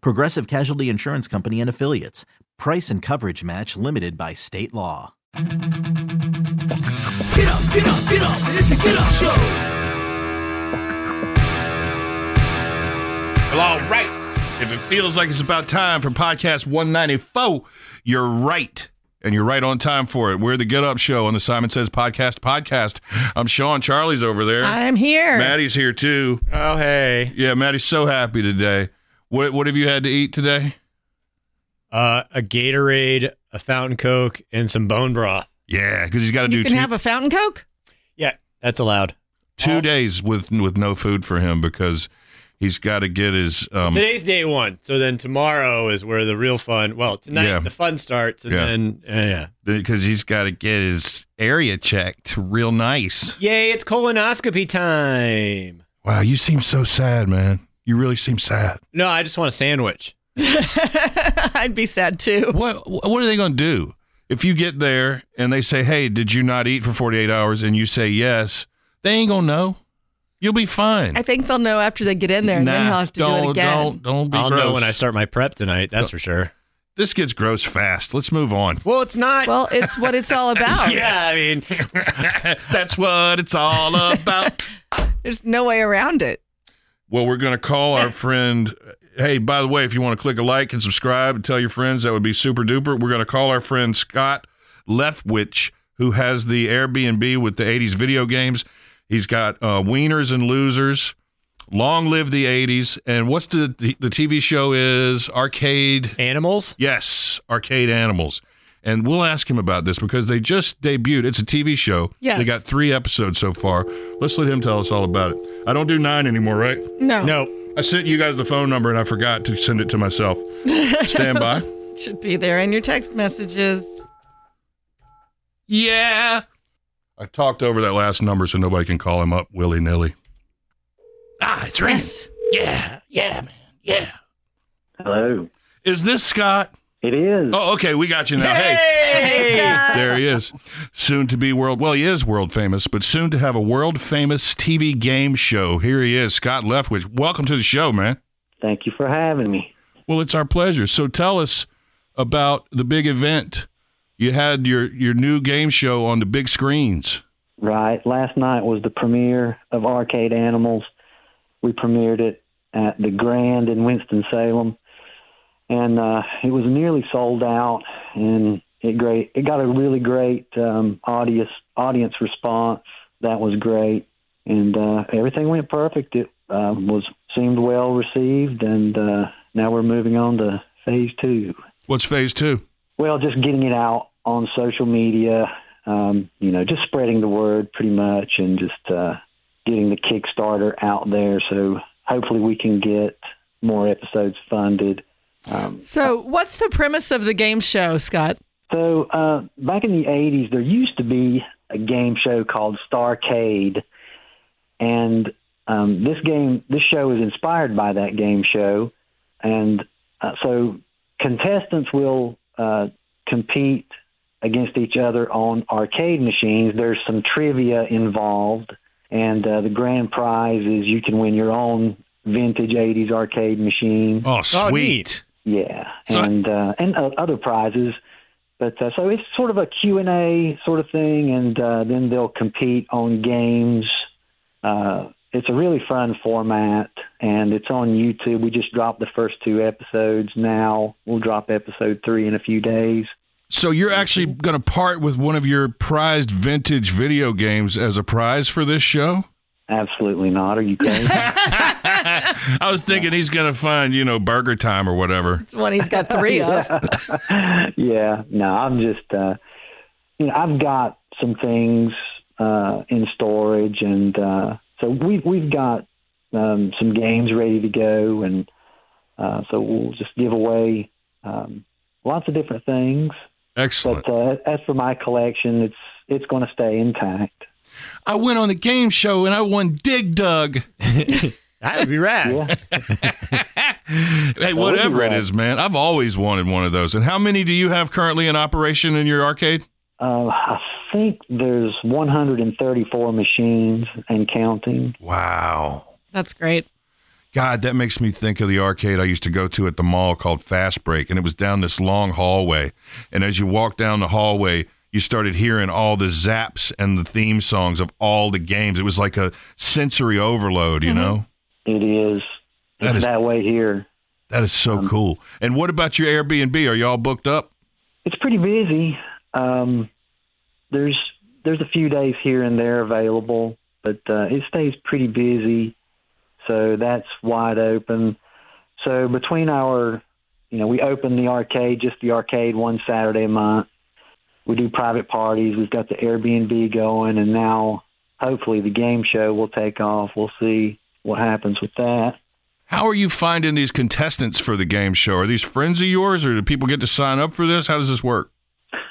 Progressive Casualty Insurance Company and Affiliates. Price and coverage match limited by state law. Get up, get up, get up. It's a get up show. Well, all right. If it feels like it's about time for podcast 194, you're right. And you're right on time for it. We're the Get Up Show on the Simon Says Podcast podcast. I'm Sean. Charlie's over there. I'm here. Maddie's here too. Oh hey. Yeah, Maddie's so happy today. What what have you had to eat today? Uh, a Gatorade, a fountain coke, and some bone broth. Yeah, because he's got to you do can two, have a fountain coke. Yeah, that's allowed. two days with with no food for him because he's got to get his um, Today's day one, so then tomorrow is where the real fun. Well, tonight Yeah. the fun starts, and Yeah. then uh, yeah, because he's got to get his area checked real nice. yay! It's colonoscopy time. Wow, you seem so sad, man. You really seem sad. No, I just want a sandwich. I'd be sad too. what what are they going to do if you get there and they say, "Hey, did you not eat for 48 hours?" and you say yes? They ain't going to know. You'll be fine. I think they'll know after they get in there, and then Nah, he'll have to do don't, it again. Don't don't be I'll gross. know when I start my prep tonight. That's for sure. This gets gross fast. Let's move on. Well, it's not. Well, it's what it's all about. yeah, I mean, That's what it's all about. There's no way around it. well, we're going to call our friend. Hey, by the way, if you want to click a like and subscribe and tell your friends, that would be super duper. We're going to call our friend Scott Leftwich, who has the Airbnb with the 80s video games. He's got uh, Wieners and Losers, Long Live the 80s, and what's the, the, the TV show is Arcade animals. Yes, Arcade Animals. And we'll ask him about this because they just debuted. It's a TV show. Yes. They got three episodes so far. Let's let him tell us all about it. I don't do nine anymore, right? No, No, I sent you guys the phone number and I forgot to send it to myself. Stand by. It should be there in your text messages. yeah. I talked over that last number so nobody can call him up willy nilly. Ah, it's ringing. Yes. Yeah, yeah, man. Yeah. Hello. Is this Scott? It is. Oh, okay. We got you now. hey. Hey, Scott. There he is. Soon to be world, well, he is world famous, but soon to have a world famous TV game show. Here he is, Scott Leftwich. Welcome to the show, man. Thank you for having me. Well, it's our pleasure. So tell us about the big event. You had your, your new game show on the big screens. Right. Last night was the premiere of Arcade Animals. We premiered it at the Grand in Winston-Salem. And uh, it was nearly sold out and it great it got a really great um, audience audience response. That was great. And uh, everything went perfect. It uh, was seemed well received and uh, now we're moving on to phase 2. What's phase two? Well, just getting it out on social media, um, you know, just spreading the word pretty much and just uh, getting the Kickstarter out there. So hopefully we can get more episodes funded. Um, So, what's the premise of the game show, Scott? so uh, back in the 80s, there used to be a game show called Starcade. And um, this game, this show is inspired by that game show. And uh, so contestants will uh, compete against each other on arcade machines. There's some trivia involved, and uh, the grand prize is you can win your own vintage 80s arcade machine. Oh, Oh, sweet. neat. Yeah, So- and uh, and o- other prizes. But uh, so it's sort of a Q and A sort of thing, and uh, then they'll compete on games. Uh, it's a really fun format, and it's on YouTube. We just dropped the first two episodes now. We'll drop episode three in a few days. So you're actually going to part with one of your prized vintage video games as a prize for this show? Absolutely not. Are you crazy? I was thinking he's going to find, you know, Burger Time or whatever. It's one he's got three of. yeah, no, I'm just, uh, you know, I've got some things uh, in storage, and uh, so we've we've got um, some games ready to go, and uh, so we'll just give away um, lots of different things. Excellent. But uh, as for my collection, it's it's going to stay intact. I went on the game show and I won Dig Dug. That would be rad. Yeah. Hey, whatever it right. is, man, I've always wanted one of those. And how many do you have currently in operation in your arcade? Uh, I think there's 134 machines and counting. Wow. That's great. God, that makes me think of the arcade I used to go to at the mall called Fast Break, and it was down this long hallway. And as you walked down the hallway, you started hearing all the zaps and the theme songs of all the games. It was like a sensory overload, you know? It is That it's is- that way here. That is so cool. And what about your Airbnb? Are y'all booked up? It's pretty busy. Um, there's there's a few days here and there available, but uh, it stays pretty busy, so that's wide open. So between our, you know, we open the arcade, just the arcade, one Saturday a month. We do private parties. We've got the Airbnb going, and now hopefully the game show will take off. We'll see what happens with that. How are you finding these contestants for the game show? Are these friends of yours, or do people get to sign up for this? How does this work?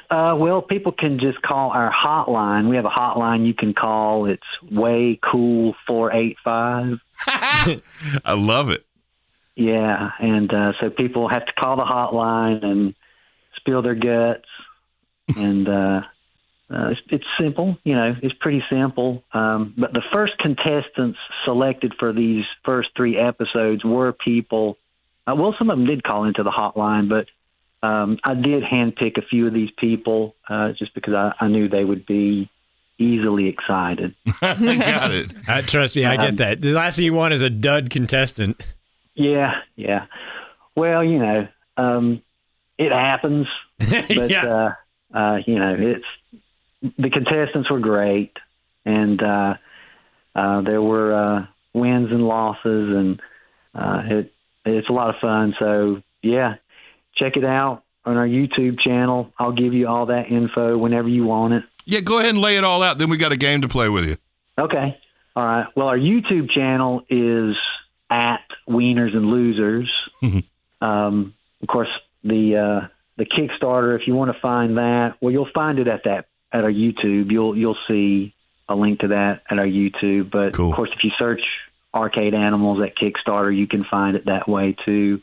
Uh, well, people can just call our hotline. We have a hotline you can call. It's way cool four eight five. I love it. Yeah, and uh, so people have to call the hotline and spill their guts, and uh, uh, it's, it's simple. You know, it's pretty simple. Um, but the first contestants selected for these first three episodes were people. Uh, well, some of them did call into the hotline, but um, I did handpick a few of these people uh, just because I, I knew they would be easily excited. I got it. Uh, trust me, I Um, get that. The last thing you want is a dud contestant. Yeah, yeah. Well, you know, um, it happens, but Yeah. uh, uh, you know, it's the contestants were great, and uh, uh, there were uh, wins and losses, and uh, it it's a lot of fun. So yeah, check it out on our YouTube channel. I'll give you all that info whenever you want it. Yeah, go ahead and lay it all out. Then we got a game to play with you. Okay. All right. Well, our YouTube channel is at Wieners and Losers. um, of course, the uh, the Kickstarter. If you want to find that, well, you'll find it at that at our YouTube. You'll you'll see a link to that at our YouTube. But Cool. of course, if you search Arcade Animals at Kickstarter, you can find it that way too.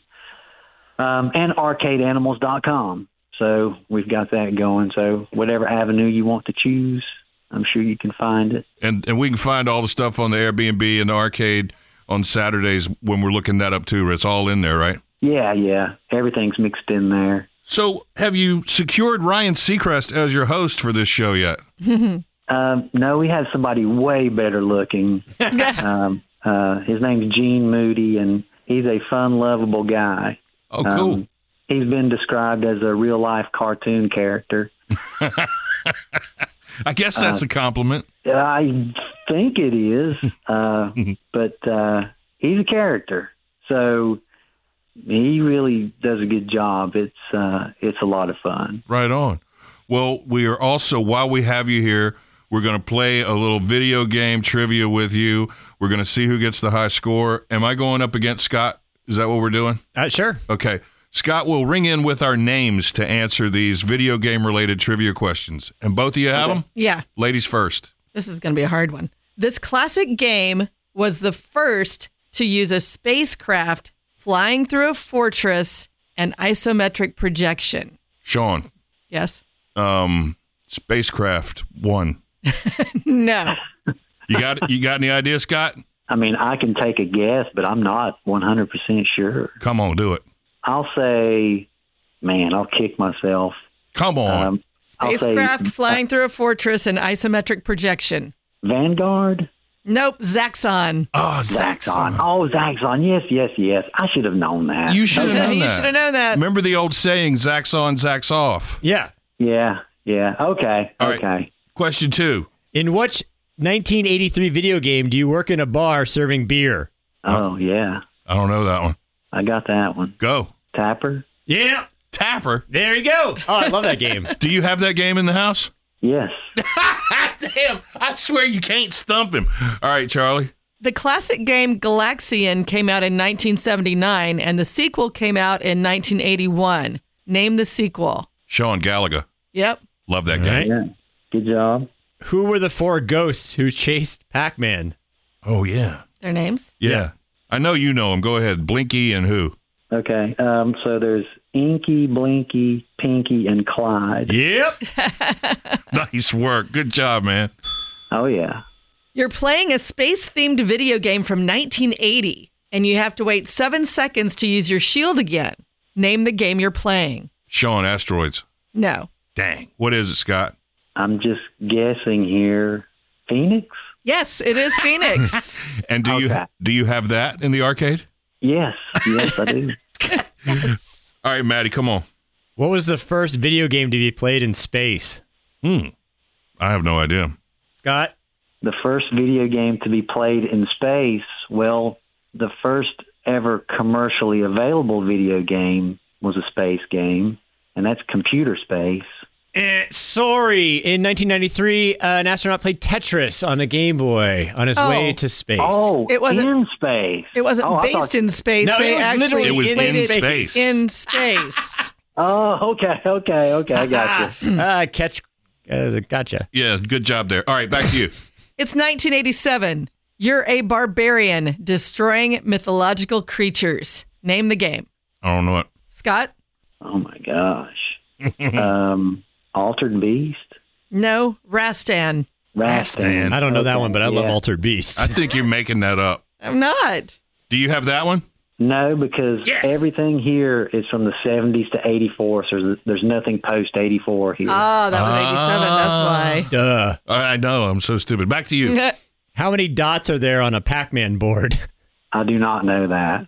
Um, and arcadeanimals.com. So we've got that going. So whatever avenue you want to choose, I'm sure you can find it. and and we can find all the stuff on the Airbnb and the arcade on Saturdays when we're looking that up too. It's all in there, right? Yeah, yeah. Everything's mixed in there. So, have you secured Ryan Seacrest as your host for this show yet? Um, no, we had somebody way better looking. um, uh, his name's Gene Moody, and he's a fun, lovable guy. Oh, cool. Um, he's been described as a real life cartoon character. I guess that's a compliment. I think it is, uh, but uh, he's a character, so he really does a good job. It's uh, it's a lot of fun. Right on. Well, we are also, while we have you here, we're going to play a little video game trivia with you. We're going to see who gets the high score. Am I going up against Scott? Is that what we're doing? Uh, sure. Okay. Scott will ring in with our names to answer these video game related trivia questions. And both of you have them? Yeah, Ladies first. this is going to be a hard one. This classic game was the first to use a spacecraft flying through a fortress and isometric projection. Sean, Yes? um, spacecraft one. No. You got you got any idea, Scott? I mean, I can take a guess, but I'm not 100% sure. Come on, do it. I'll say, man, I'll kick myself. Come on. Um, I'll say Spacecraft flying through a fortress and isometric projection. Vanguard. Nope, Zaxxon. Oh, Zaxxon. Zaxxon. Oh, Zaxxon. Yes, yes, yes. I should have known that. You should have known you that. should have known that. Remember the old saying, Zax on, Zax off. Yeah. Yeah, yeah. Okay, All right. okay. Question two. In which 1983 video game do you work in a bar serving beer? Oh, yeah. I don't know that one. I got that one. Go. Tapper? Yeah. Tapper. There you go. Oh, I love that game. Do you have that game in the house? Yes. Damn. I swear you can't stump him. All right, Charlie. The classic game Galaxian came out in 1979 and the sequel came out in 1981. Name the sequel. Sean Gallagher. Yep. Love that All game. right. Yeah. Good job. Who were the four ghosts who chased Pac Man? Oh, yeah. Their names? yeah. I know you know him. Go ahead. Blinky and who? Okay. Um, so there's Inky, Blinky, Pinky, and Clyde. Yep. nice work. Good job, man. Oh, yeah. You're playing a space themed video game from 1980 and you have to wait seven seconds to use your shield again. Name the game you're playing. Sean, asteroids. No. Dang. What is it, Scott? I'm just guessing here. Phoenix? Yes, it is Phoenix. And do you Okay. do you have that in the arcade? Yes. Yes, I do. All right, Maddie, come on. What was the first video game to be played in space? Hmm. I have no idea. Scott? the first video game to be played in space, well, the first ever commercially available video game was a space game, and that's computer space. Eh, sorry. In 1993, uh, an astronaut played Tetris on a Game Boy on his Oh. way to space. Oh, It wasn't- in space. It wasn't oh, I based thought- in space. No, they it was actually literally It was in, in space. space. in space. Oh, okay, okay, okay. I got you. Ah, catch. Uh, gotcha. Yeah, good job there. All right, back to you. It's 1987. You're a barbarian destroying mythological creatures. Name the game. I don't know it. Scott? Oh my gosh. um, Altered Beast, No. Rastan. Rastan. I don't know that Okay, one, but I love yeah. Altered Beasts. I think you're making that up. I'm not. Do you have that one? No, because Yes. everything here is from the 70s to 84, so there's, there's nothing post 84 here. Ah, that was Ah. 87. Duh. All right, I know. I'm so stupid. Back to you. That's why. How many dots are there on a Pac-Man board? I do not know that.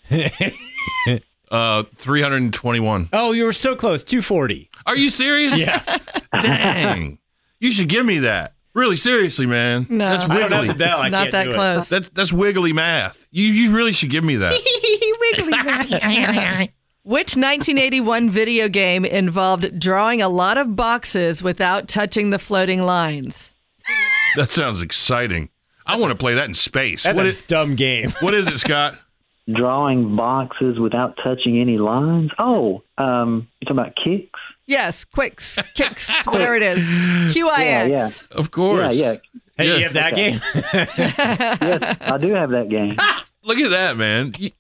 Uh, 321. Oh, you were so close. 240. Are you serious? Yeah. Dang. You should give me that. Really seriously, man. No. That's I don't wiggly. I don't have the bell. Oh, I Not can't that do it. close. That's that's wiggly math. You you really should give me that. Which 1981 video game involved drawing a lot of boxes without touching the floating lines? that sounds exciting. I want to play that in space. That's What a is, dumb game. what is it, Scott? drawing boxes without touching any lines. Oh, um, you talking about kicks? Yes, Quicks, Kicks, whatever it is. QIX. yeah. Of course. Yeah, Hey, Yeah. you have that game? yeah. Yes, I do have that game. Look at that, man. You-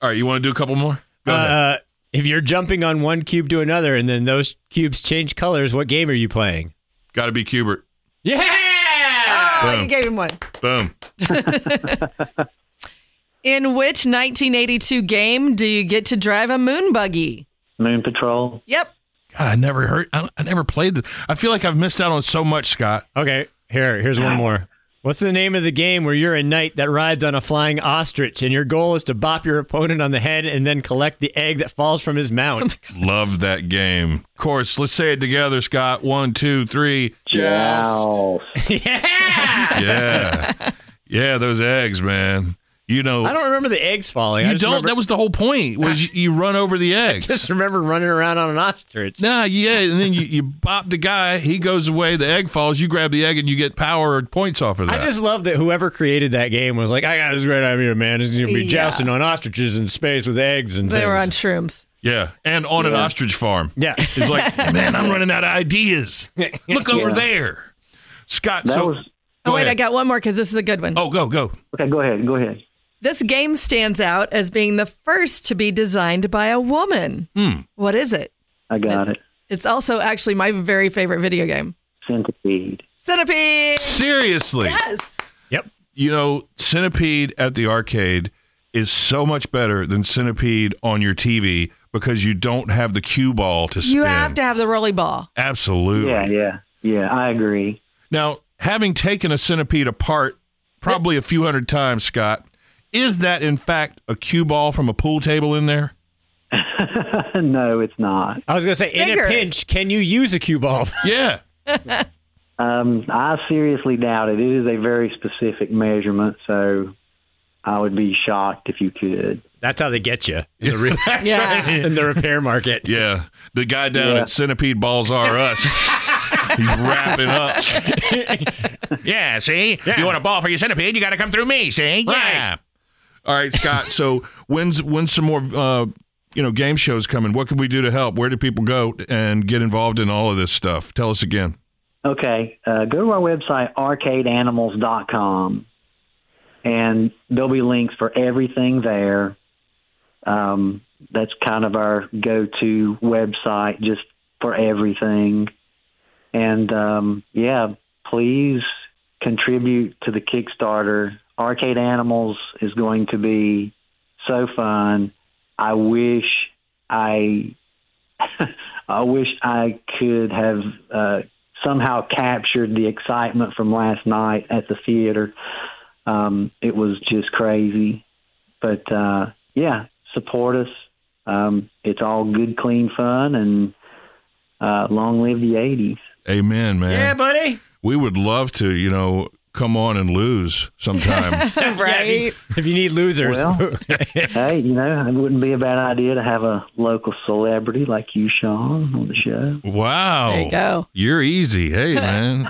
All right, you want to do a couple more? Go ahead. Uh, if you're jumping on one cube to another and then those cubes change colors, what game are you playing? Got to be Cubert. Yeah! Oh, Boom. you gave him one. Boom. In which 1982 game do you get to drive a moon buggy? Moon Patrol. Yep. God, I never heard. I, I never played this. I feel like I've missed out on so much, Scott. Okay, here, here's one more. What's the name of the game where you're a knight that rides on a flying ostrich and your goal is to bop your opponent on the head and then collect the egg that falls from his mount? Love that game. Of course, let's say it together, Scott. One, two, three. Joust. yeah! Yeah. yeah, those eggs, man. You know, I don't remember the eggs falling. I you just don't. Remember, That was the whole point. Was you, you run over the eggs? just remember running around on an ostrich. Nah, yeah, and then you, you bop the guy. He goes away. The egg falls. You grab the egg, and you get power or points off of that. I just love that whoever created that game was like, I got this great idea, man. It's going to be Yeah. jousting on ostriches in space with eggs and They things. were on shrooms. yeah, and on an ostrich farm. yeah. It's like, man, I'm running out of ideas. Look over there, Scott. That so, was go oh, wait, ahead. I got one more because this is a good one. Oh, go go. okay. Go ahead. Go ahead. This game stands out as being the first to be designed by a woman. Hmm. What is it? I got it. It's also actually my very favorite video game Centipede. Centipede. Seriously, Yes. Yep. you know, Centipede at the arcade is so much better than Centipede on your TV because you don't have the cue ball to spin. You have to have the rolly ball. Absolutely. Yeah, yeah, yeah. I agree. Now, having taken a centipede apart probably a few hundred times, Scott. Is that in fact a cue ball from a pool table in there? no, it's not. I was going to say, in bigger. a pinch, can you use a cue ball? Yeah. Um, I seriously doubt it. It is a very specific measurement, so I would be shocked if you could. That's how they get you in the, re- Yeah. in the repair market. Yeah. The guy down at Centipede Balls R Us. He's wrapping up. yeah, see? You want a ball for your centipede, you got to come through me, see? Yeah. All right, Scott. So when's when's some more uh, you know, game shows coming? What can we do to help? Where do people go and get involved in all of this stuff? Tell us again. Okay, uh, go to our website, arcadeanimals.com, and there'll be links for everything there. Um, that's kind of our go to website just for everything. And um, yeah, please contribute to the Kickstarter. Arcade Animals is going to be so fun. I wish I. I wish I could have uh, somehow captured the excitement from last night at the theater. Um, it was just crazy. But uh, yeah, support us. Um, it's all good, clean fun, and uh, long live the 80s. Amen, man. buddy. We would love to, you know, come on and lose sometime. right? If you need losers, Well. Hey, you know, it wouldn't be a bad idea to have a local celebrity like you, Sean, on the show. wow. There you go. You're easy. Hey, man.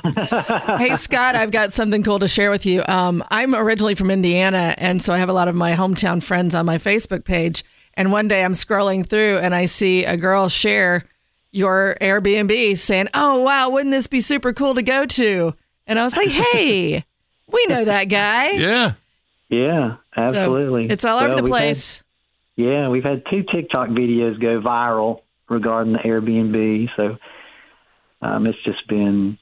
hey Scott, I've got something cool to share with you. Um, I'm originally from Indiana, and so I have a lot of my hometown friends on my Facebook page. And one day I'm scrolling through, and I see a girl share your Airbnb, saying, "Oh wow, wouldn't this be super cool to go to?" And I was like, "Hey, we know that guy." yeah. Yeah, So absolutely. it's all over Well, the we've had- place. yeah, we've had two TikTok videos go viral regarding the Airbnb. So um, it's just been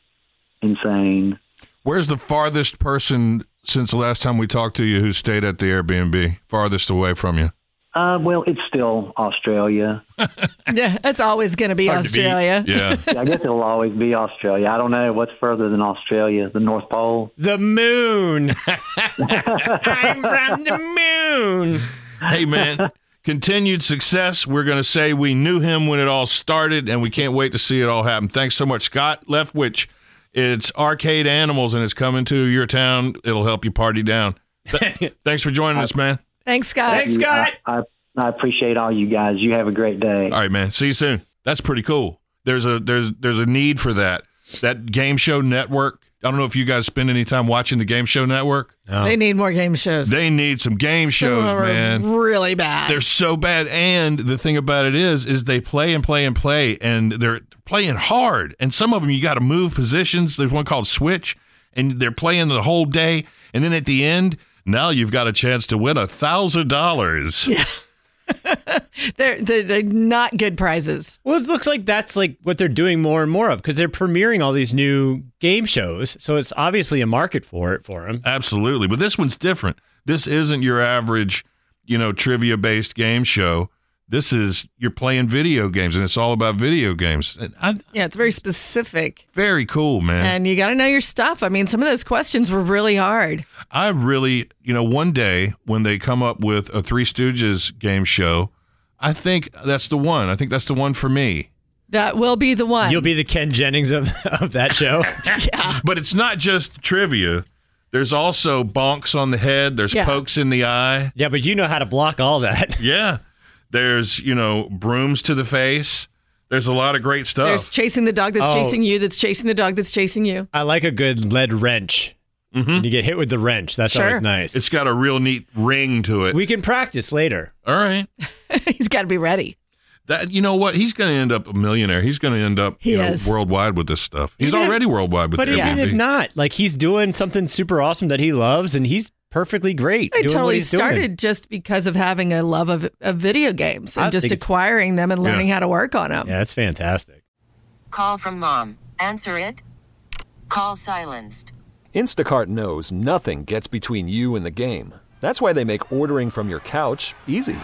insane. Where's the farthest person since the last time we talked to you who stayed at the Airbnb? Farthest away from you? Uh, well, it's still Australia. Yeah, that's always going to be Hard to beat. Australia. Yeah. I guess it'll always be Australia. I don't know what's further than Australia, the North Pole. the moon. I'm from the moon. hey, man. Continued success. We're going to say we knew him when it all started, and we can't wait to see it all happen. Thanks so much, Scott Leftwich. It's Arcade Animals, and it's coming to your town. It'll help you party down. Th- thanks for joining us, man. Thanks, Scott. Thanks, Scott. I, I, I appreciate all you guys. You have a great day. All right, man. See you soon. That's pretty cool. There's a there's there's a need for that. That game show network. I don't know if you guys spend any time watching the game show network. They need more game shows. They need some game Some of shows, them are man. really bad. They're so bad. And the thing about it is, is they play and play and play, and they're playing hard. And some of them you got to move positions. There's one called Switch, and they're playing the whole day. And then at the end, now you've got a chance to win a thousand dollars. They're, they're, they're not good prizes. Well, it looks like that's like what they're doing more and more of because they're premiering all these new game shows. So it's obviously a market for it for them. Absolutely. But this one's different. This isn't your average, you know, trivia based game show. This is you're playing video games, and it's all about video games. And I, Yeah, it's very specific. very cool, man. And you got to know your stuff. I mean, some of those questions were really hard. I really, you know, one day when they come up with a Three Stooges game show, I think that's the one. I think that's the one for me. That will be the one. You'll be the Ken Jennings of, of that show. But it's not just trivia. There's also bonks on the head. There's Yeah. pokes in the eye. yeah, but you know how to block all that. Yeah. There's, you know, brooms to the face. There's a lot of great stuff. There's chasing the dog that's Oh. chasing you, that's chasing the dog that's chasing you. I like a good lead wrench. When you get hit with the wrench, that's Hmm? Sure. always nice. it's got a real neat ring to it. we can practice later. All right. He's got to be ready. That you know what? He's going to end up a millionaire. He's going to end up He you know, is. worldwide with this stuff. He's Even if- already worldwide with But Airbnb. even if not, like he's doing something super awesome that he loves, and he's perfectly great. It doing what totally he's doing. started just because of having a love of, of video games and I just think it's- acquiring them and Yeah. learning how to work on them. Yeah, that's fantastic. Call from mom. Answer it. Call silenced. Instacart knows nothing gets between you and the game. That's why they make ordering from your couch easy.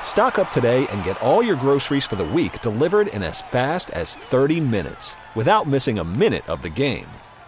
Stock up today and get all your groceries for the week delivered in as fast as 30 minutes without missing a minute of the game.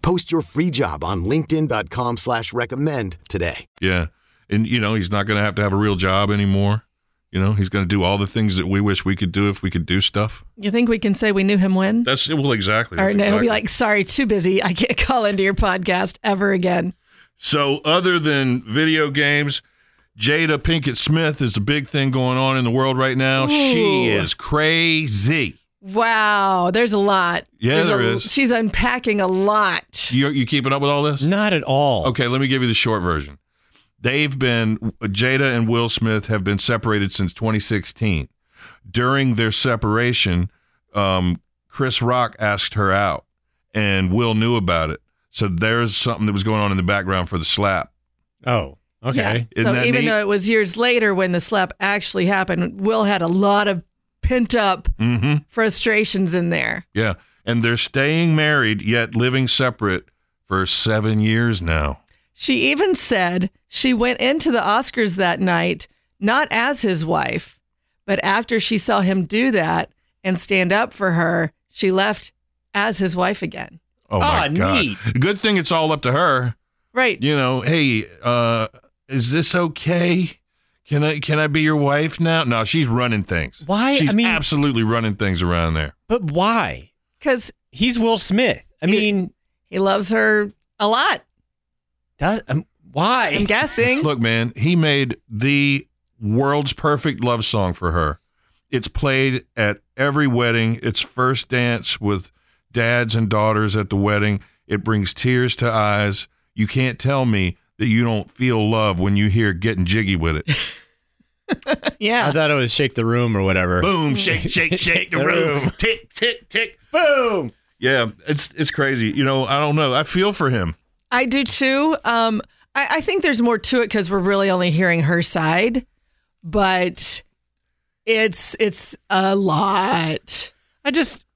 Post your free job on linkedin.com/recommend slash recommend today. Yeah. And, you know, he's not going to have to have a real job anymore. You know, he's going to do all the things that we wish we could do if we could do stuff. You think we can say we knew him when? That's, well, exactly. or That's no, he'll exactly. be like, sorry, too busy. I can't call into your podcast ever again. So, other than video games, Jada Pinkett Smith is the big thing going on in the world right now. She Ooh. is crazy. Wow, there's a lot. Yeah, There's a- there is. She's unpacking a lot. You, you keeping up with all this? Not at all. Okay, let me give you the short version. They've been Jada and Will Smith have been separated since 2016. During their separation, um, Chris Rock asked her out, and Will knew about it. So there's something that was going on in the background for the slap. Oh, okay. Yeah. Isn't So that even neat? though it was years later when the slap actually happened, Will had a lot of pent up Mm-hmm. frustrations in there. Yeah, and they're staying married yet living separate for seven years now. She even said she went into the Oscars that night not as his wife, but after she saw him do that and stand up for her, she left as his wife again. Oh my Ah, god! neat. Good thing it's all up to her. Right. you know, hey, uh, is this okay? Can I can I be your wife now? No, she's running things. Why? She's I mean- absolutely running things around there. But why? Because He's Will Smith. I mean, he loves her a lot, does, um, why? I'm guessing. Look, man, he made the world's perfect love song for her. It's played at every wedding. It's first dance with dads and daughters at the wedding. It brings tears to eyes. You can't tell me that you don't feel love when you hear getting jiggy with it. yeah. I thought it was shake the room or whatever. Boom, shake, shake, shake the The room. room. Tick, tick, tick. Boom. Yeah, it's it's crazy. You know, I don't know. I feel for him. I do too. Um, I, I think there's more to it because we're really only hearing her side, but it's it's a lot. I just,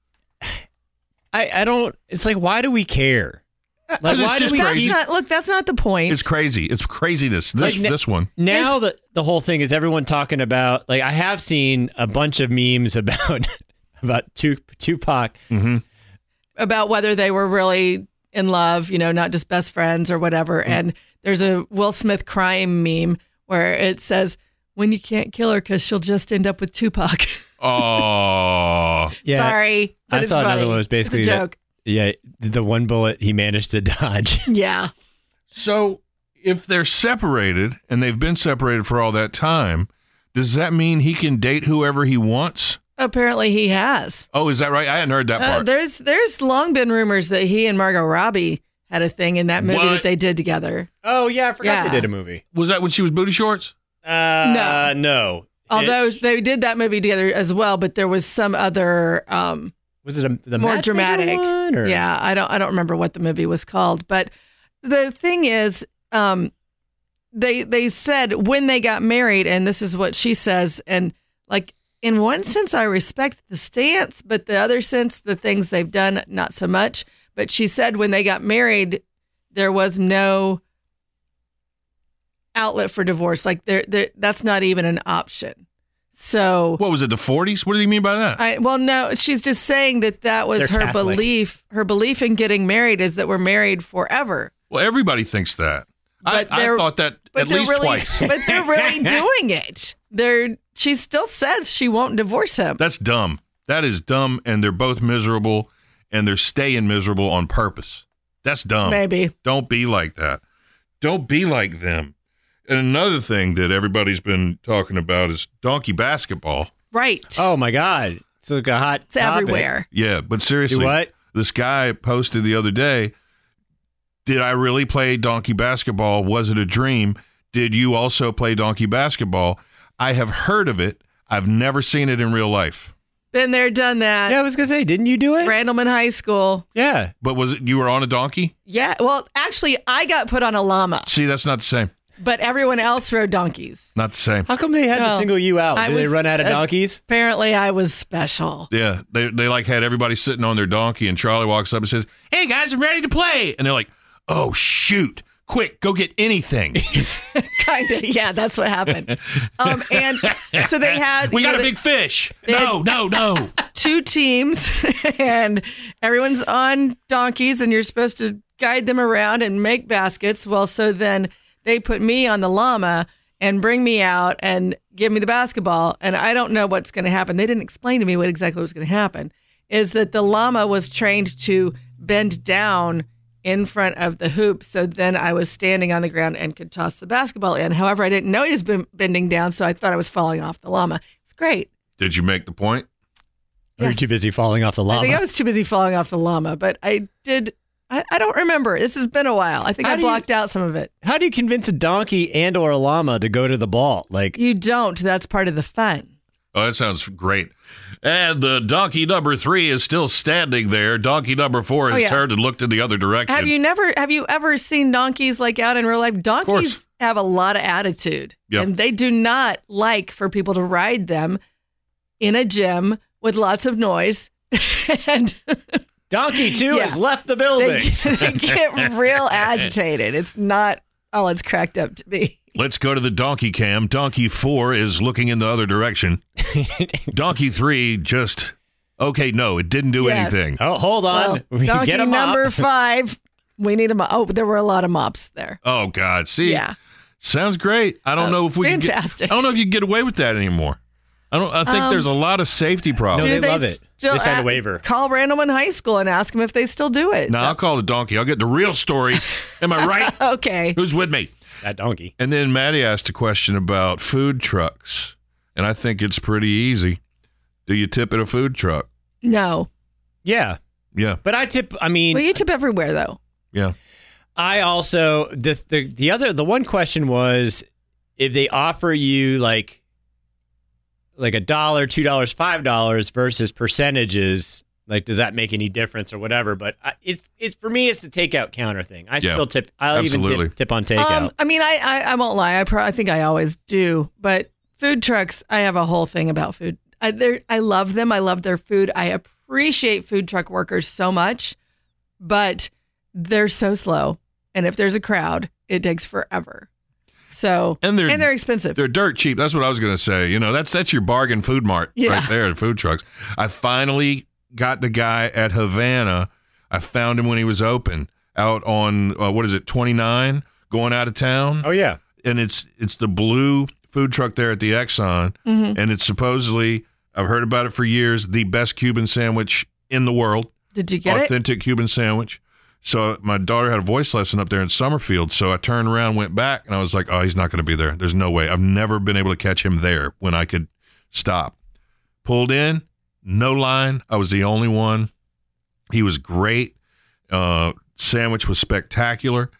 I, I don't. It's like, why do we care? Like, Uh, 'Cause it's why do just we crazy. That's not keep- look. That's not the point. It's crazy. It's craziness. This Like, ne- this one. now that the whole thing is everyone talking about like I have seen a bunch of memes about about Tu- Tupac. about whether they were really in love, you know, not just best friends or whatever. Mm-hmm. And there's a Will Smith crime meme where it says, "When you can't kill her because she'll just end up with Tupac." Oh, Sorry, but I it's saw funny. another one. It was basically it's a that- joke. yeah, the one bullet he managed to dodge. yeah. so if they're separated and they've been separated for all that time, does that mean he can date whoever he wants? Apparently, he has. Oh, is that right? I hadn't heard that Uh, part. there's there's long been rumors that he and Margot Robbie had a thing in that movie What? that they did together. Oh yeah, I forgot Yeah. they did a movie. was that when she was booty shorts? Uh, no, no. Although It- they did that movie together as well, but there was some other um, was it a the more matchmaker dramatic. one, or- Yeah, I don't I don't remember what the movie was called, but the thing is, um, they they said when they got married, and this is what she says, and like in one sense I respect the stance, but the other sense the things they've done not so much. But she said when they got married, there was no outlet for divorce. Like there, there that's not even an option. So What was it? The forties? What do you mean by that? I, well, no, she's just saying that that was They're her Catholic. belief. Her belief in getting married is that we're married forever. well, everybody thinks that. I, But I they're- thought that at they're least really, twice. But they're really doing it. They're. She still says she won't divorce him. That's dumb. That is dumb, and they're both miserable, and they're staying miserable on purpose. That's dumb. Maybe. Don't be like that. Don't be like them. And another thing that everybody's been talking about is donkey basketball. Right. Oh my God, it's like a hot. it's everywhere. Yeah, but seriously, Do what? this guy posted the other day Did I really play donkey basketball? Was it a dream? Did you also play donkey basketball? I have heard of it. I've never seen it in real life. Been there, done that. Yeah, I was gonna say, didn't you do it? Randleman High School. Yeah. But was it you were on a donkey? Yeah. Well, actually, I got put on a llama, See, that's not the same. but everyone else rode donkeys. Not the same. How come they had to No. single you out? I Did they was- run out of uh, donkeys? Apparently, I was special. Yeah, they they like had everybody sitting on their donkey, and Charlie walks up and says, "Hey guys, I'm ready to play," and they're like, "Oh shoot, quick, go get anything." kind of. Yeah, that's what happened. Um, and so they had we yeah, got a they- big fish. they had- No, no, no. two teams, and everyone's on donkeys, and you're supposed to guide them around and make baskets. Well, so then they put me on the llama and bring me out and give me the basketball, and I don't know what's going to happen. They didn't explain to me what exactly was going to happen. Is that the llama was trained to bend down in front of the hoop. So then I was standing on the ground and could toss the basketball in. However, I didn't know he was ben- bending down, so I thought I was falling off the llama. It's great. Did you make the point? Or You're Yes. too busy falling off the I think I llama. was too busy falling off the llama, but I did. I, I don't remember. This has been a while. I think How I do you- blocked out some of it. How do you convince a donkey and or a llama to go to the ball? Like, You don't. That's part of the fun. Oh, that sounds great. And the donkey number three is still standing there. Donkey number four has Oh, yeah. turned and looked in the other direction. Have you never? Have you ever seen donkeys like out in real life? Donkeys have a lot of attitude, Yeah. and they do not like for people to ride them in a gym with lots of noise. and donkey two Yeah. has left the they, building. they get real agitated. It's not all it's cracked up to be. Let's go to the donkey cam. Donkey four is looking in the other direction. donkey three just okay. No, it didn't do Yes. anything. oh, hold on. Well, We can donkey get 'em up. number five. We need a mop. Oh, there were a lot of mops there. Oh God! See, Yeah. sounds great. I don't Oh, know if we Can fantastic. Um, get, I don't know if you can get away with that anymore. I don't. I think there's a lot of safety No, problems. they love it. still They signed a a- waiver. Call Randleman High School and ask them if they still do it. No, I'll call the donkey. I'll get the real story. Am I right? Okay. Who's with me? That donkey. And then Maddie asked a question about food trucks, and I think it's pretty easy. Do you tip at a food truck? No. Yeah, Yeah, but I tip. I mean, Well, you tip everywhere though. yeah. I also the the the other the one question was if they offer you like like a dollar, two dollars, five dollars versus percentages. Like, does that make any difference or whatever? But I, it's it's for me, it's the takeout counter thing. I Yeah, still tip. I'll even absolutely. tip, tip on takeout. Um, I mean, I, I I won't lie. I pro- I think I always do, but food trucks. I have a whole thing about food. I they're- I love them. I love their food. I appreciate food truck workers so much, but they're so slow, and if there's a crowd, it takes forever. So And they're- and they're expensive. They're dirt cheap. That's what I was gonna say. You know, that's that's your bargain food mart Yeah. right there at food trucks. I finally got the guy at Havana. I found him when he was open out on uh, what is it, twenty nine, going out of town. oh yeah, and it's it's the blue food truck there at the Exxon, Mm-hmm. and it's supposedly I've heard about it for years the best Cuban sandwich in the world, Did you get it? authentic Cuban sandwich. So my daughter had a voice lesson up there in Summerfield, so I turned around, went back, and I was like, "Oh, he's not going to be there. There's no way. I've never been able to catch him there when I could stop." Pulled in, no line. I was the only one. He was great. Uh, sandwich was spectacular,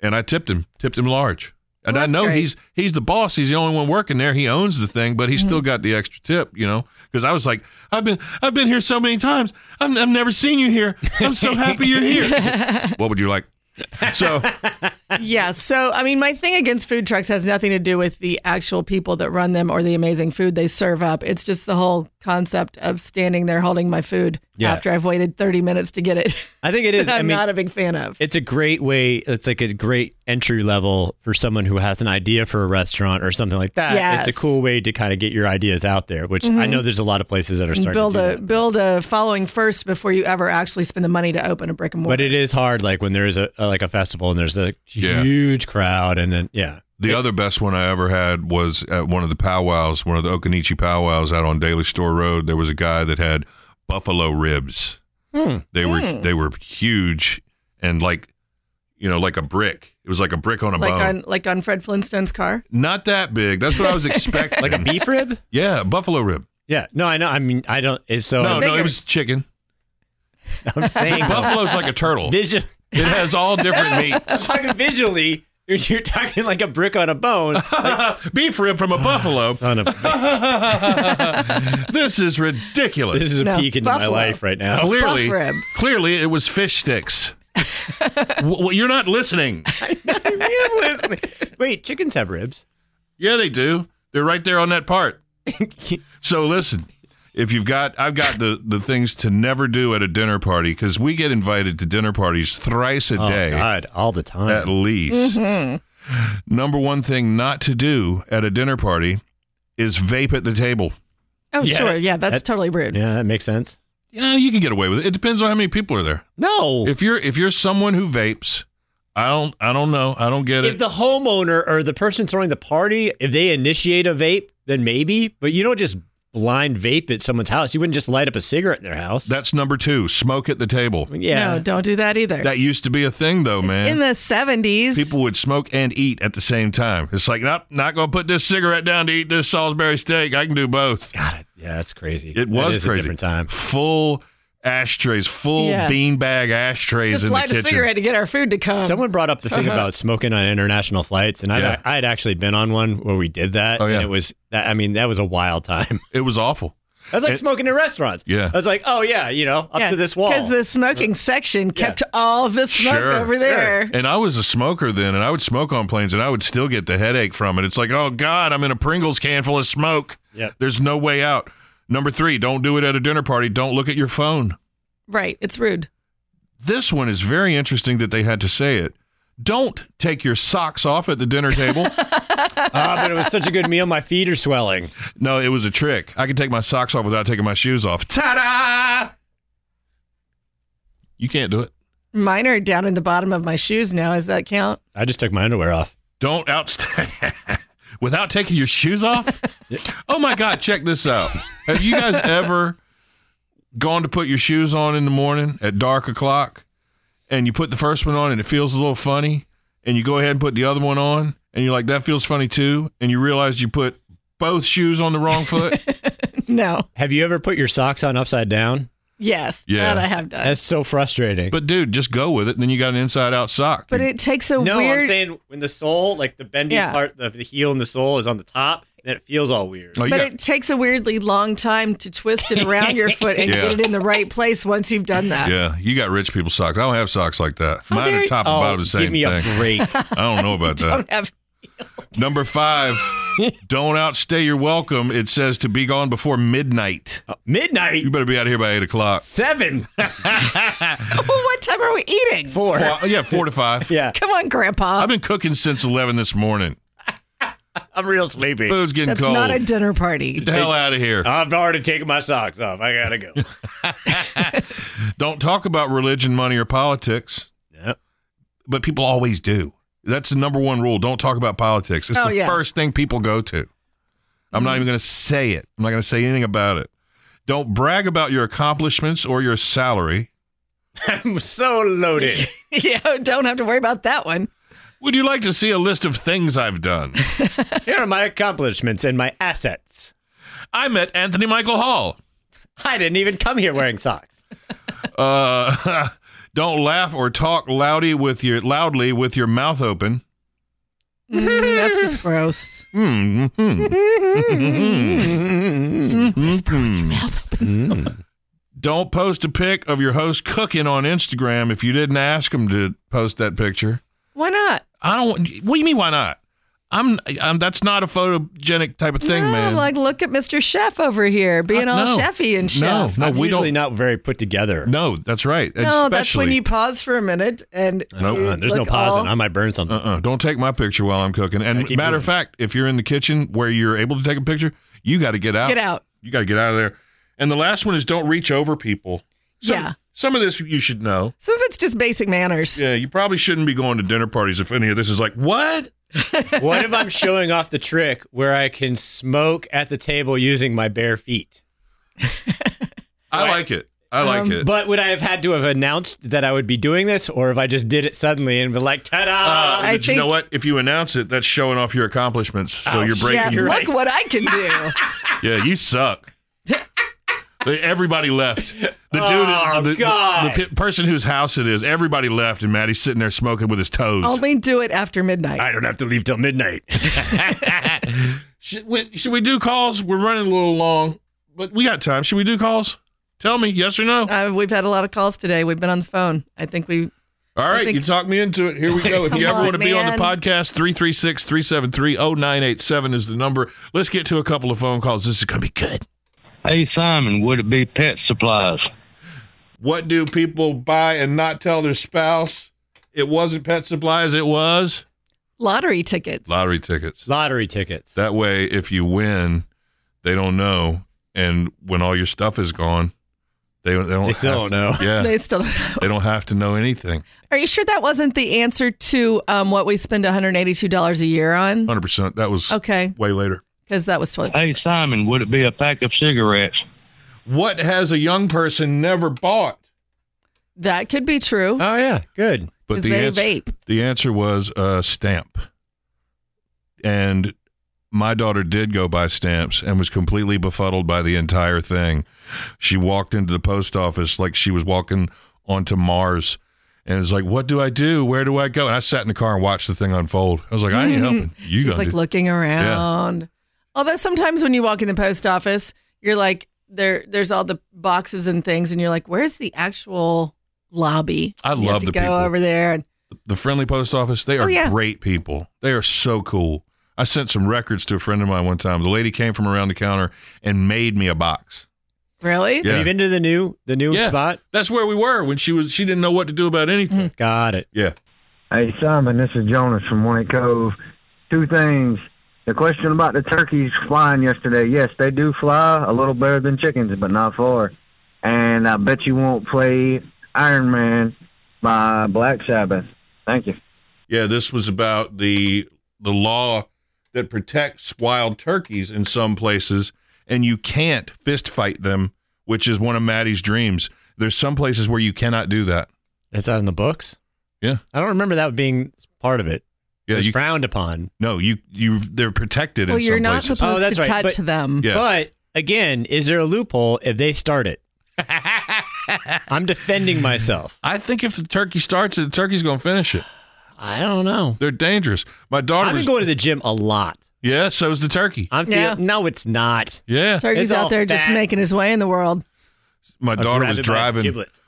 and I tipped him. Tipped him large. And Well, I that's know great. he's he's the boss. He's the only one working there. He owns the thing, but he Mm. still got the extra tip, you know. Because I was like, I've been I've been here so many times. I've, I've never seen you here. I'm so happy you're here. what would you like? So yeah. So, I mean, my thing against food trucks has nothing to do with the actual people that run them or the amazing food they serve up. It's just the whole concept of standing there holding my food Yeah. after I've waited 30 minutes to get it. I think it is. I'm I mean, not a big fan of. it's a great way. It's like a great entry level for someone who has an idea for a restaurant or something like that. Yes. Mm-hmm. It's a cool way to kind of get your ideas out there, which I know there's a lot of places that are starting build to do a that. build a following first before you ever actually spend the money to open a brick and mortar. But it is hard, like when there is a, like a festival and there's a Yeah. huge crowd, and then yeah, The other best one I ever had was at one of the powwows, one of the Okanichi powwows out on Daly Store Road. There was a guy that had buffalo ribs. Hmm. They were they were huge and like you know like a brick. It was like a brick on a like bone. on like on Fred Flintstone's car. Not that big. That's what I was expecting. like a beef rib. yeah, buffalo rib. Yeah, no, I know. I mean, I don't. it's- So no, no, bigger. it was chicken. I'm saying Buffalo's like a turtle. It visually, has all different meats. talking visually, you're, you're talking like a brick on a bone. beef rib from a buffalo. Ah, Son of a- this is ridiculous. this is a No, peek into buffalo. my life right now. clearly, Buff ribs. clearly it was fish sticks. well, you're not listening. Wait, chickens have ribs. Yeah, they do. They're right there on that part. so listen, if you've got, I've got the the things to never do at a dinner party because we get invited to dinner parties thrice a Oh day God, all the at time. least. Number one thing not to do at a dinner party is vape at the table. Oh Yeah. sure, yeah, that's That- totally rude. Yeah, that makes sense. Yeah, you can get away with it. It depends on how many people are there. No, if, If you're if you're someone who vapes, I don't I don't know. I don't get it. the homeowner or the person throwing the party, if they initiate a vape, then maybe. But you don't just blind vape at someone's house. You wouldn't just light up a cigarette in their house. That's number two. Smoke at the table. I mean, yeah, No, don't do that either. That used to be a thing, though, man. in the seventies, People would smoke and eat at the same time. It's like, nope, not going to put this cigarette down to eat this Salisbury steak. I can do both. God, yeah, that's crazy. It That was is crazy. A different time. Full ashtrays, full Yeah. beanbag ashtrays just in the light kitchen. a cigarette to get our food to come. Someone brought up the thing about smoking on international flights, and I Yeah. would I had actually been on one where we did that, Oh, yeah. and it was that. I mean, that was a wild time. It was awful. I was like It- smoking in restaurants. Yeah. I was like, oh yeah, you know, up to this wall. because the smoking section kept all of the smoke Sure. over there. And I was a smoker then, and I would smoke on planes, and I would still get the headache from it. It's like, oh God, I'm in a Pringles can full of smoke. Yep. There's no way out. Number three, don't do it at a dinner party. Don't look at your phone. Right, it's rude. This one is very interesting that they had to say it. Don't take your socks off at the dinner table. Ah, but it was such a good meal. My feet are swelling. no, it was a trick. I could take my socks off without taking my shoes off. Ta da! You can't do it. Mine are down in the bottom of my shoes now. Does that count? I just took my underwear off. Don't outstand without taking your shoes off. oh my God, check this out. Have you guys ever gone to put your shoes on in the morning at dark o'clock and you put the first one on and it feels a little funny and you go ahead and put the other one on and you're like, that feels funny too. And you realize you put both shoes on the wrong foot? No. Have you ever put your socks on upside down? Yes. Yeah. That I have done. That's so frustrating. but dude, just go with it. And then you got an inside out sock. but it takes a no, weird. I'm saying when the sole, like the bendy Yeah. part of the heel and the sole, is on the top, then it feels all weird. oh, you but got- it takes a weirdly long time to twist it around your foot and Yeah. get it in the right place once you've done that. yeah, you got rich people socks. I don't have socks like that. Mine are top and oh, bottom the same give me thing. a break. I don't know about that. Don't have Number five, don't outstay your welcome. It says to be gone before midnight. Uh, Midnight, You better be out of here by eight o'clock. seven, well, what time are we eating? four. Four- yeah, four to five. Yeah, Come on, Grandpa. I've been cooking since eleven this morning. I'm real sleepy. Food's getting That's cold. not a Uh. dinner party. Get the hell out of here. I've already taken my socks off. I gotta go. Don't talk about religion, money, or politics. Yeah. But people always do. That's the number one rule. Don't talk about politics. It's Oh, the yeah. Mm-hmm. first thing people go to. I'm not even going to say it. I'm not going to say anything about it. Don't brag about your accomplishments or your salary. I'm so loaded. yeah, don't have to worry about that one. Would you like to see a list of things I've done? Here are my accomplishments and my assets. I met Anthony Michael Hall. I didn't even come here wearing socks. Uh, don't laugh or talk loudy with your loudly with your mouth open. Mm, that's just gross. Mm, mm-hmm. Don't post a pic of your host cooking on Instagram if you didn't ask him to post that picture. Why not? I don't. What do you mean? Why not? I'm, I'm that's not a photogenic type of thing, no, man. like look at Mr. Chef over here being Uh, all no. chefy and No, chef. Oh, no, I'm we usually don't. not very put together. No, that's right. No, that's when Especially- you pause for a minute and No, uh, you Uh, there's no look pausing. all- I might burn something. Uh-uh. Don't take my picture while I'm cooking. Yeah, And keep matter doing of it. fact, if you're in the kitchen where you're able to take a picture, you got to get out. Get out. You got to get out of there. And the last one is don't reach over people. Some- Yeah. Some of this you should know. Some of it's just basic manners. Yeah, you probably shouldn't be going to dinner parties if any of this is like, what? what if I'm showing off the trick where I can smoke at the table using my bare feet? I like it. I like Um, it. But would I have had to have announced that I would be doing this, or if I just did it suddenly and be like, Uh, ta-da? I but you know think- what? If you announce it, that's showing off your accomplishments. So Oh, you're breaking Yeah, your. look what I can do. Yeah, you suck. everybody left. The dude, Oh, the, the- God. the pe- person whose house it is, everybody left, and Maddie's sitting there smoking with his toes. Only do it after midnight. don't have to leave till midnight. Should we, should we do calls? We're running a little long, but we got time. Should we do calls? Tell me yes or no. Uh, we've had a lot of calls today. We've been on the phone. I think we. All right, think- you talked me into it. Here we go. If Come you ever on, want to be on the man. podcast, 336 373 0987 is the number. Let's get to a couple of phone calls. This is going to be good. Hey Simon, would it be pet supplies? What do people buy and not tell their spouse? It wasn't pet supplies, it was Lottery tickets. lottery tickets. Lottery tickets. That way, if you win, they don't know, and when all your stuff is gone, they they don't. They still have don't to- know. Yeah, They they, still don't know. don't have to know anything. Are you sure that wasn't the answer to um, what we spend $182 a year on? Hundred percent. That was Okay, way later. because that was toilet. Hey Simon, would it be a pack of cigarettes? What has a young person never bought? That could be true. Oh, yeah. Good. Uh, But 'Cause the they answer, vape. the answer was a stamp, and my daughter did go buy stamps and was completely befuddled by the entire thing. She walked into the post office like she was walking onto Mars. And it's like, what do I do? Where do I go? And I sat in the car and watched the thing unfold. I was like, I ain't helping. You Mm-hmm. She's gonna like do- looking around. Although sometimes when you walk in the post office, you're like, there, there's all the boxes and things, and you're like, where's the actual lobby? I You have love to the go people. over there. And the friendly post office they are Oh, yeah. great people they are so cool i sent some records to a friend of mine one time the lady came from around the counter and made me a box really, Yeah. Have you been to the new the new Yeah. spot? that's where we were when she was she didn't know what to do about anything Got it. yeah Hey Simon, this is Jonas from Winnet Cove. Two things. The question about the turkeys flying yesterday, yes, they do fly a little better than chickens, but not far. And I bet you won't play Iron Man by Black Sabbath. Thank you. yeah this was about the the law that protects wild turkeys in some places and you can't fist fight them which is one of maddie's dreams there's some places where you cannot do that That's out in the books? Yeah. I don't remember that being part of it. It yeah was you, frowned upon. no you you they're protected well, in you're some not places supposed Oh, that's to right, touch but- them. Yeah. But again, is there a loophole if they start it? I'm defending myself. I think if the turkey starts it, the turkey's going to finish it. I don't know. They're dangerous. My daughter I've was. been going to the gym a lot. yeah, so's the turkey. I'm Yeah. feeling, no, it's not. Yeah. Turkey's It's out all there just fat. making his way in the world. My daughter Grab was it by its driving giblets.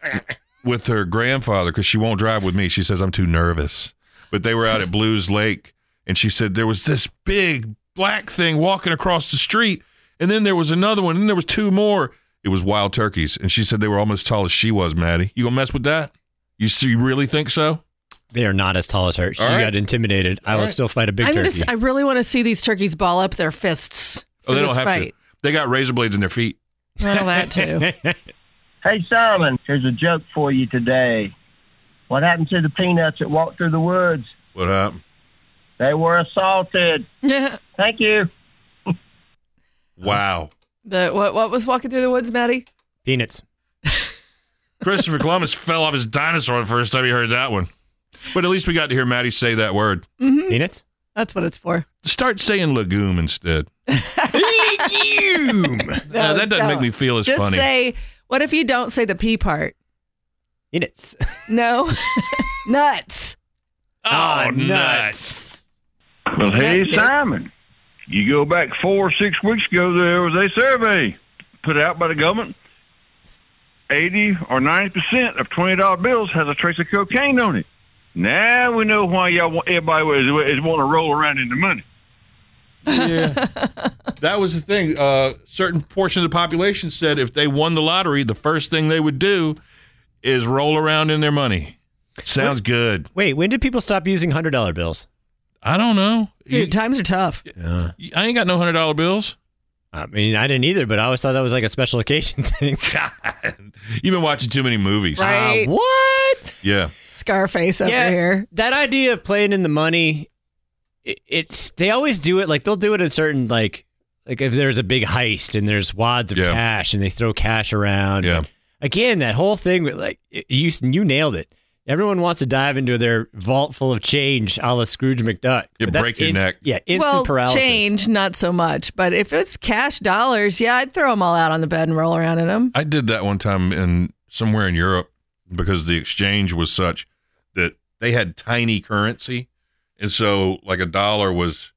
with her grandfather because she won't drive with me. She says, I'm too nervous. But they were out at Blues Lake and she said, there was this big black thing walking across the street. And then there was another one. And there was two more. It was wild turkeys. And she said they were almost as tall as she was, Maddie. You going to mess with that? You, s- you really think so? They are not as tall as her. She All right. got intimidated. I will still fight a big I'm turkey. just, I really want to see these turkeys ball up their fists. Oh, they for don't this have fight. to. They got razor blades in their feet. Well, that too. Hey, Simon, here's a joke for you today. What happened to the peanuts that walked through the woods? What happened? They were assaulted. Yeah. Thank you. Wow. The what? What was walking through the woods, Maddie? Peanuts. Christopher Columbus fell off his dinosaur the first time he heard that one. But at least we got to hear Maddie say that word. Mm-hmm. Peanuts? That's what it's for. Start saying legume instead. legume. Now, that doesn't make don't. me feel as just funny. say. What if you don't say the P part? Peanuts. No. Nuts. oh, Oh, nuts. Well, hey, Nuts. Simon, you go back four or six weeks ago, there was a survey put out by the government. 80 or 90% of $20 bills has a trace of cocaine on it. Now we know why y'all want, everybody is, is want to roll around in the money. Yeah. that was the thing. Uh, certain portion of the population said if they won the lottery, the first thing they would do is roll around in their money. Sounds good. Wait, when did people stop using hundred dollar bills? I don't know. Dude, times are tough. Yeah. I ain't got no hundred dollar bills. I mean, I didn't either, but I always thought that was like a special occasion thing. God, you've been watching too many movies. Right. Uh, what? Yeah. Scarface over yeah, here. That idea of playing in the money, it, it's they always do it. Like they'll do it in certain like like if there's a big heist and there's wads of Yeah. cash and they throw cash around. Yeah. Again, that whole thing with like it- you you nailed it. Everyone wants to dive into their vault full of change, a la Scrooge McDuck. Yeah, But that's break your inst- neck. Yeah, instant well, paralysis. change, not so much. But if it's cash dollars, yeah, I'd throw them all out on the bed and roll around in them. I did that one time in somewhere in Europe because the exchange was such that they had tiny currency. And so like a dollar was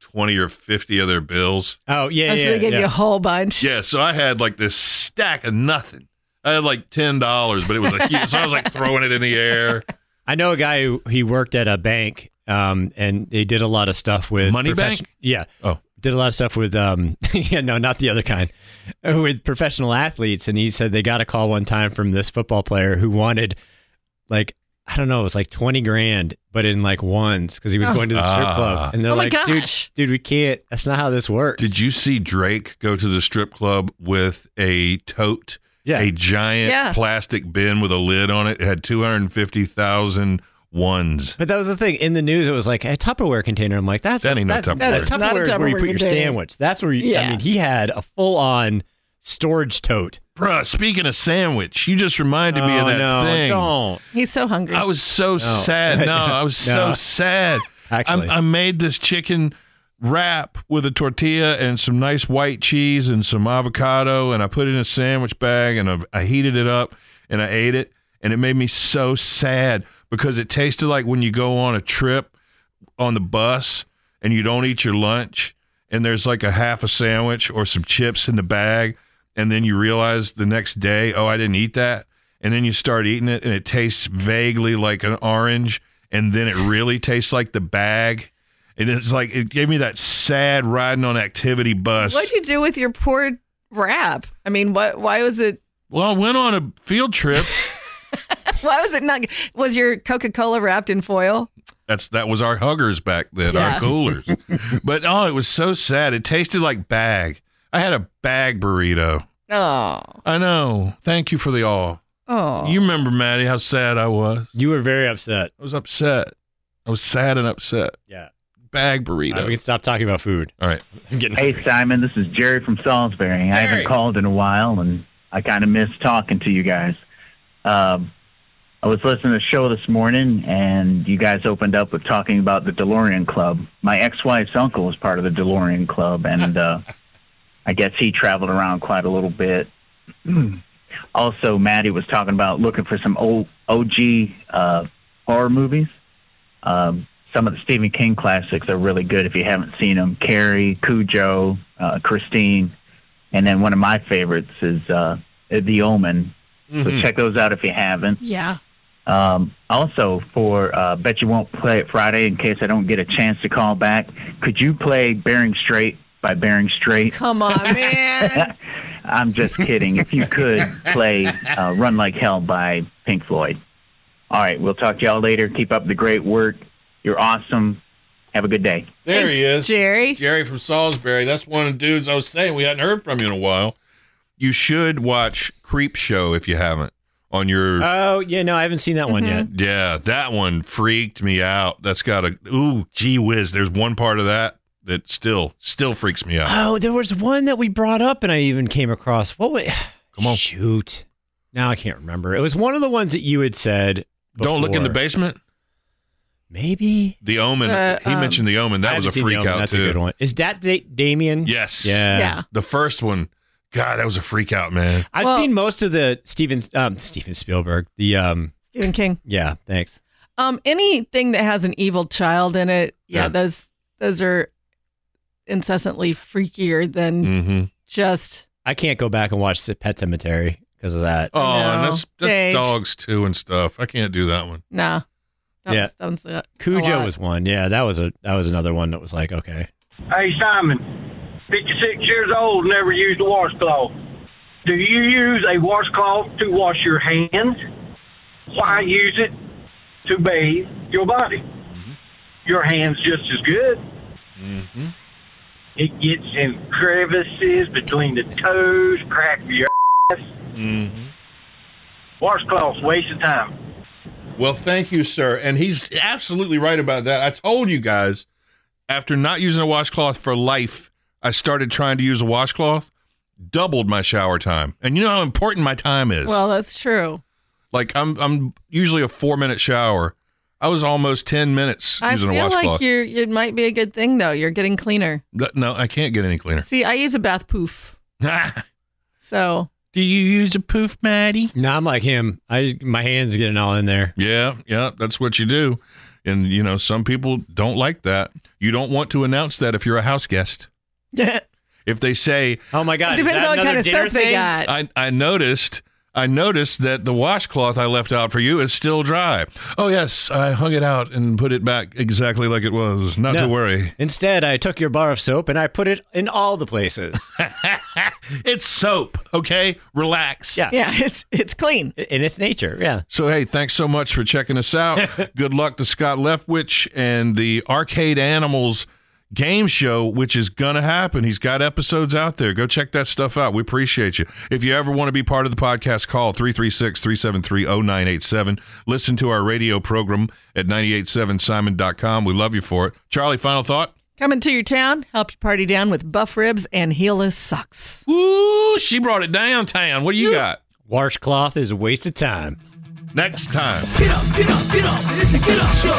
20 or 50 of their bills. Oh yeah, Oh, so yeah. they gave yeah. you a whole bunch. Yeah, so I had like this stack of nothing. I had like $10, but it was a huge. so I was like throwing it in the air. I know a guy who he worked at a bank, um, and they did a lot of stuff with Money profes- bank? Yeah. Oh. did a lot of stuff with um, yeah, no, not the other kind, uh, with professional athletes. And he said they got a call one time from this football player who wanted, like, I don't know, it was like twenty grand, but in like ones because he was going to the strip Ah. club. And they're Oh my like, gosh. dude, dude, we can't. That's not how this works. Did you see Drake go to the strip club with a tote? Yeah. A giant Yeah. plastic bin with a lid on it. It had 250,000 ones. But that was the thing in the news. It was like a Tupperware container. I'm like, that's That ain't no that's, Tupperware. a Tupperware, Not a is where you Tupperware put your container. sandwich. That's where you. I Yeah. mean, he had a full on storage tote. Bruh, speaking of sandwich, you just reminded me of Oh, that no, thing. Don't. He's so hungry. I was so sad. No, I was so No. sad. Actually. I, I made this chicken wrap with a tortilla and some nice white cheese and some avocado, and I put it in a sandwich bag and I, I heated it up and I ate it, and it made me so sad because it tasted like when you go on a trip on the bus and you don't eat your lunch and there's like a half a sandwich or some chips in the bag and then you realize the next day oh i didn't eat that and then you start eating it and it tastes vaguely like an orange and then it really tastes like the bag and it's like it gave me that sad riding on activity bus What'd you do with your poor wrap? I mean, what? Why was it? well i went on a field trip Why was it not? Was your Coca Cola wrapped in foil? That's that was our huggers back then, our Yeah. coolers. but oh, it was so sad. It tasted like bag. I had a bag burrito. Oh, I know. Thank you for the all. oh. You remember, Maddie, how sad I was. You were very upset. I was upset. I was sad and upset. Yeah. Bag All right, burrito. Uh, we can stop talking about food. all right. I'm getting Hey, hungry. Simon, this is Jerry from Salisbury. I haven't called in a while, and I kind of miss talking to you guys. Um, I was listening to the show this morning, and you guys opened up with talking about the DeLorean Club. My ex wife's uncle was part of the DeLorean Club, and uh, I guess he traveled around quite a little bit. also, Maddie was talking about looking for some old OG uh, horror movies. Um, some of the Stephen King classics are really good if you haven't seen them. Carrie, Cujo, uh, Christine, and then one of my favorites is uh, The Omen. So check those out if you haven't. Yeah. Um, also, for uh, bet you won't play it Friday in case I don't get a chance to call back. Could you play Bearing Straight by Bearing Straight? Come on, man. I'm just kidding. If you could play uh, Run Like Hell by Pink Floyd. All right, we'll talk to y'all later. Keep up the great work. You're awesome. Have a good day. There he is. Thanks, Jerry. Jerry from Salisbury. That's one of the dudes I was saying we hadn't heard from you in a while. You should watch Creep Show if you haven't on your Oh, yeah, no, I haven't seen that one yet. Yeah, that one freaked me out. That's got a ooh, gee whiz. There's one part of that that still still freaks me out. Oh, there was one that we brought up and I even came across. What was Come on. Shoot. Now I can't remember. It was one of the ones that you had said. Don't look in the before. basement. Maybe. The Omen. Uh, he um, mentioned the Omen. I That was haven't a seen the freak other one. out That's too. a good one. Is that da- Damien? Yes. Yeah. Yeah. The first one. God, that was a freak out, man. I've Well- seen most of the Steven um, Steven Spielberg. The um Stephen King. yeah, thanks. Um, anything that has an evil child in it, yeah, Yeah. those those are incessantly freakier than Mm-hmm. just I can't go back and watch the Pet Cemetery because of that. Oh, and No. that's, that's Dave. dogs too and stuff. I can't do that one. nah. That Yeah. was, that was a- a Cujo lot. was one. Yeah, that was a that was another one that was like okay. Hey, Simon, 56 years old, never used a washcloth. Do you use a washcloth to wash your hands? Why use it to bathe your body? Your hands just as good. Mm-hmm. It gets in crevices between the toes, crack your ass. Mm-hmm. Washcloth, waste of time. Well, thank you, sir. And he's absolutely right about that. I told you guys, after not using a washcloth for life, I started trying to use a washcloth, doubled my shower time. And you know how important my time is. Well, that's true. like I'm I'm usually a 4-minute shower. I was almost 10 minutes I using a feel washcloth. like you're. It might be a good thing though. You're getting cleaner. Th- no, I can't get any cleaner. See, I use a bath poof. So Do you use a poof, Maddie? No, I'm like him. I my hands are getting all in there. Yeah, yeah, that's what you do. And you know, some people don't like that. You don't want to announce that if you're a house guest. If they say, "Oh my God, It depends is that on what kind another of dinner soap they thing? got. I, I noticed, I noticed that the washcloth I left out for you is still dry. Oh yes, I hung it out and put it back exactly like it was. Not to No. worry. Instead, I took your bar of soap and I put it in all the places. it's soap, okay? Relax. Yeah. yeah, it's it's clean. And it's nature, yeah. So hey, thanks so much for checking us out. Good luck to Scott Leftwich and the Arcade Animals game show, which is gonna happen. He's got episodes out there. Go check that stuff out. We appreciate you. If you ever want to be part of the podcast, call 336-373-0987. Listen to our radio program at 987simon.com. We love you for it. Charlie, final thought? coming to your town, help you party down with buff ribs and heelless socks. Ooh, she brought it downtown. What do you got? Washcloth is a waste of time. Next time. Get up, get up, get up. It's a get up show.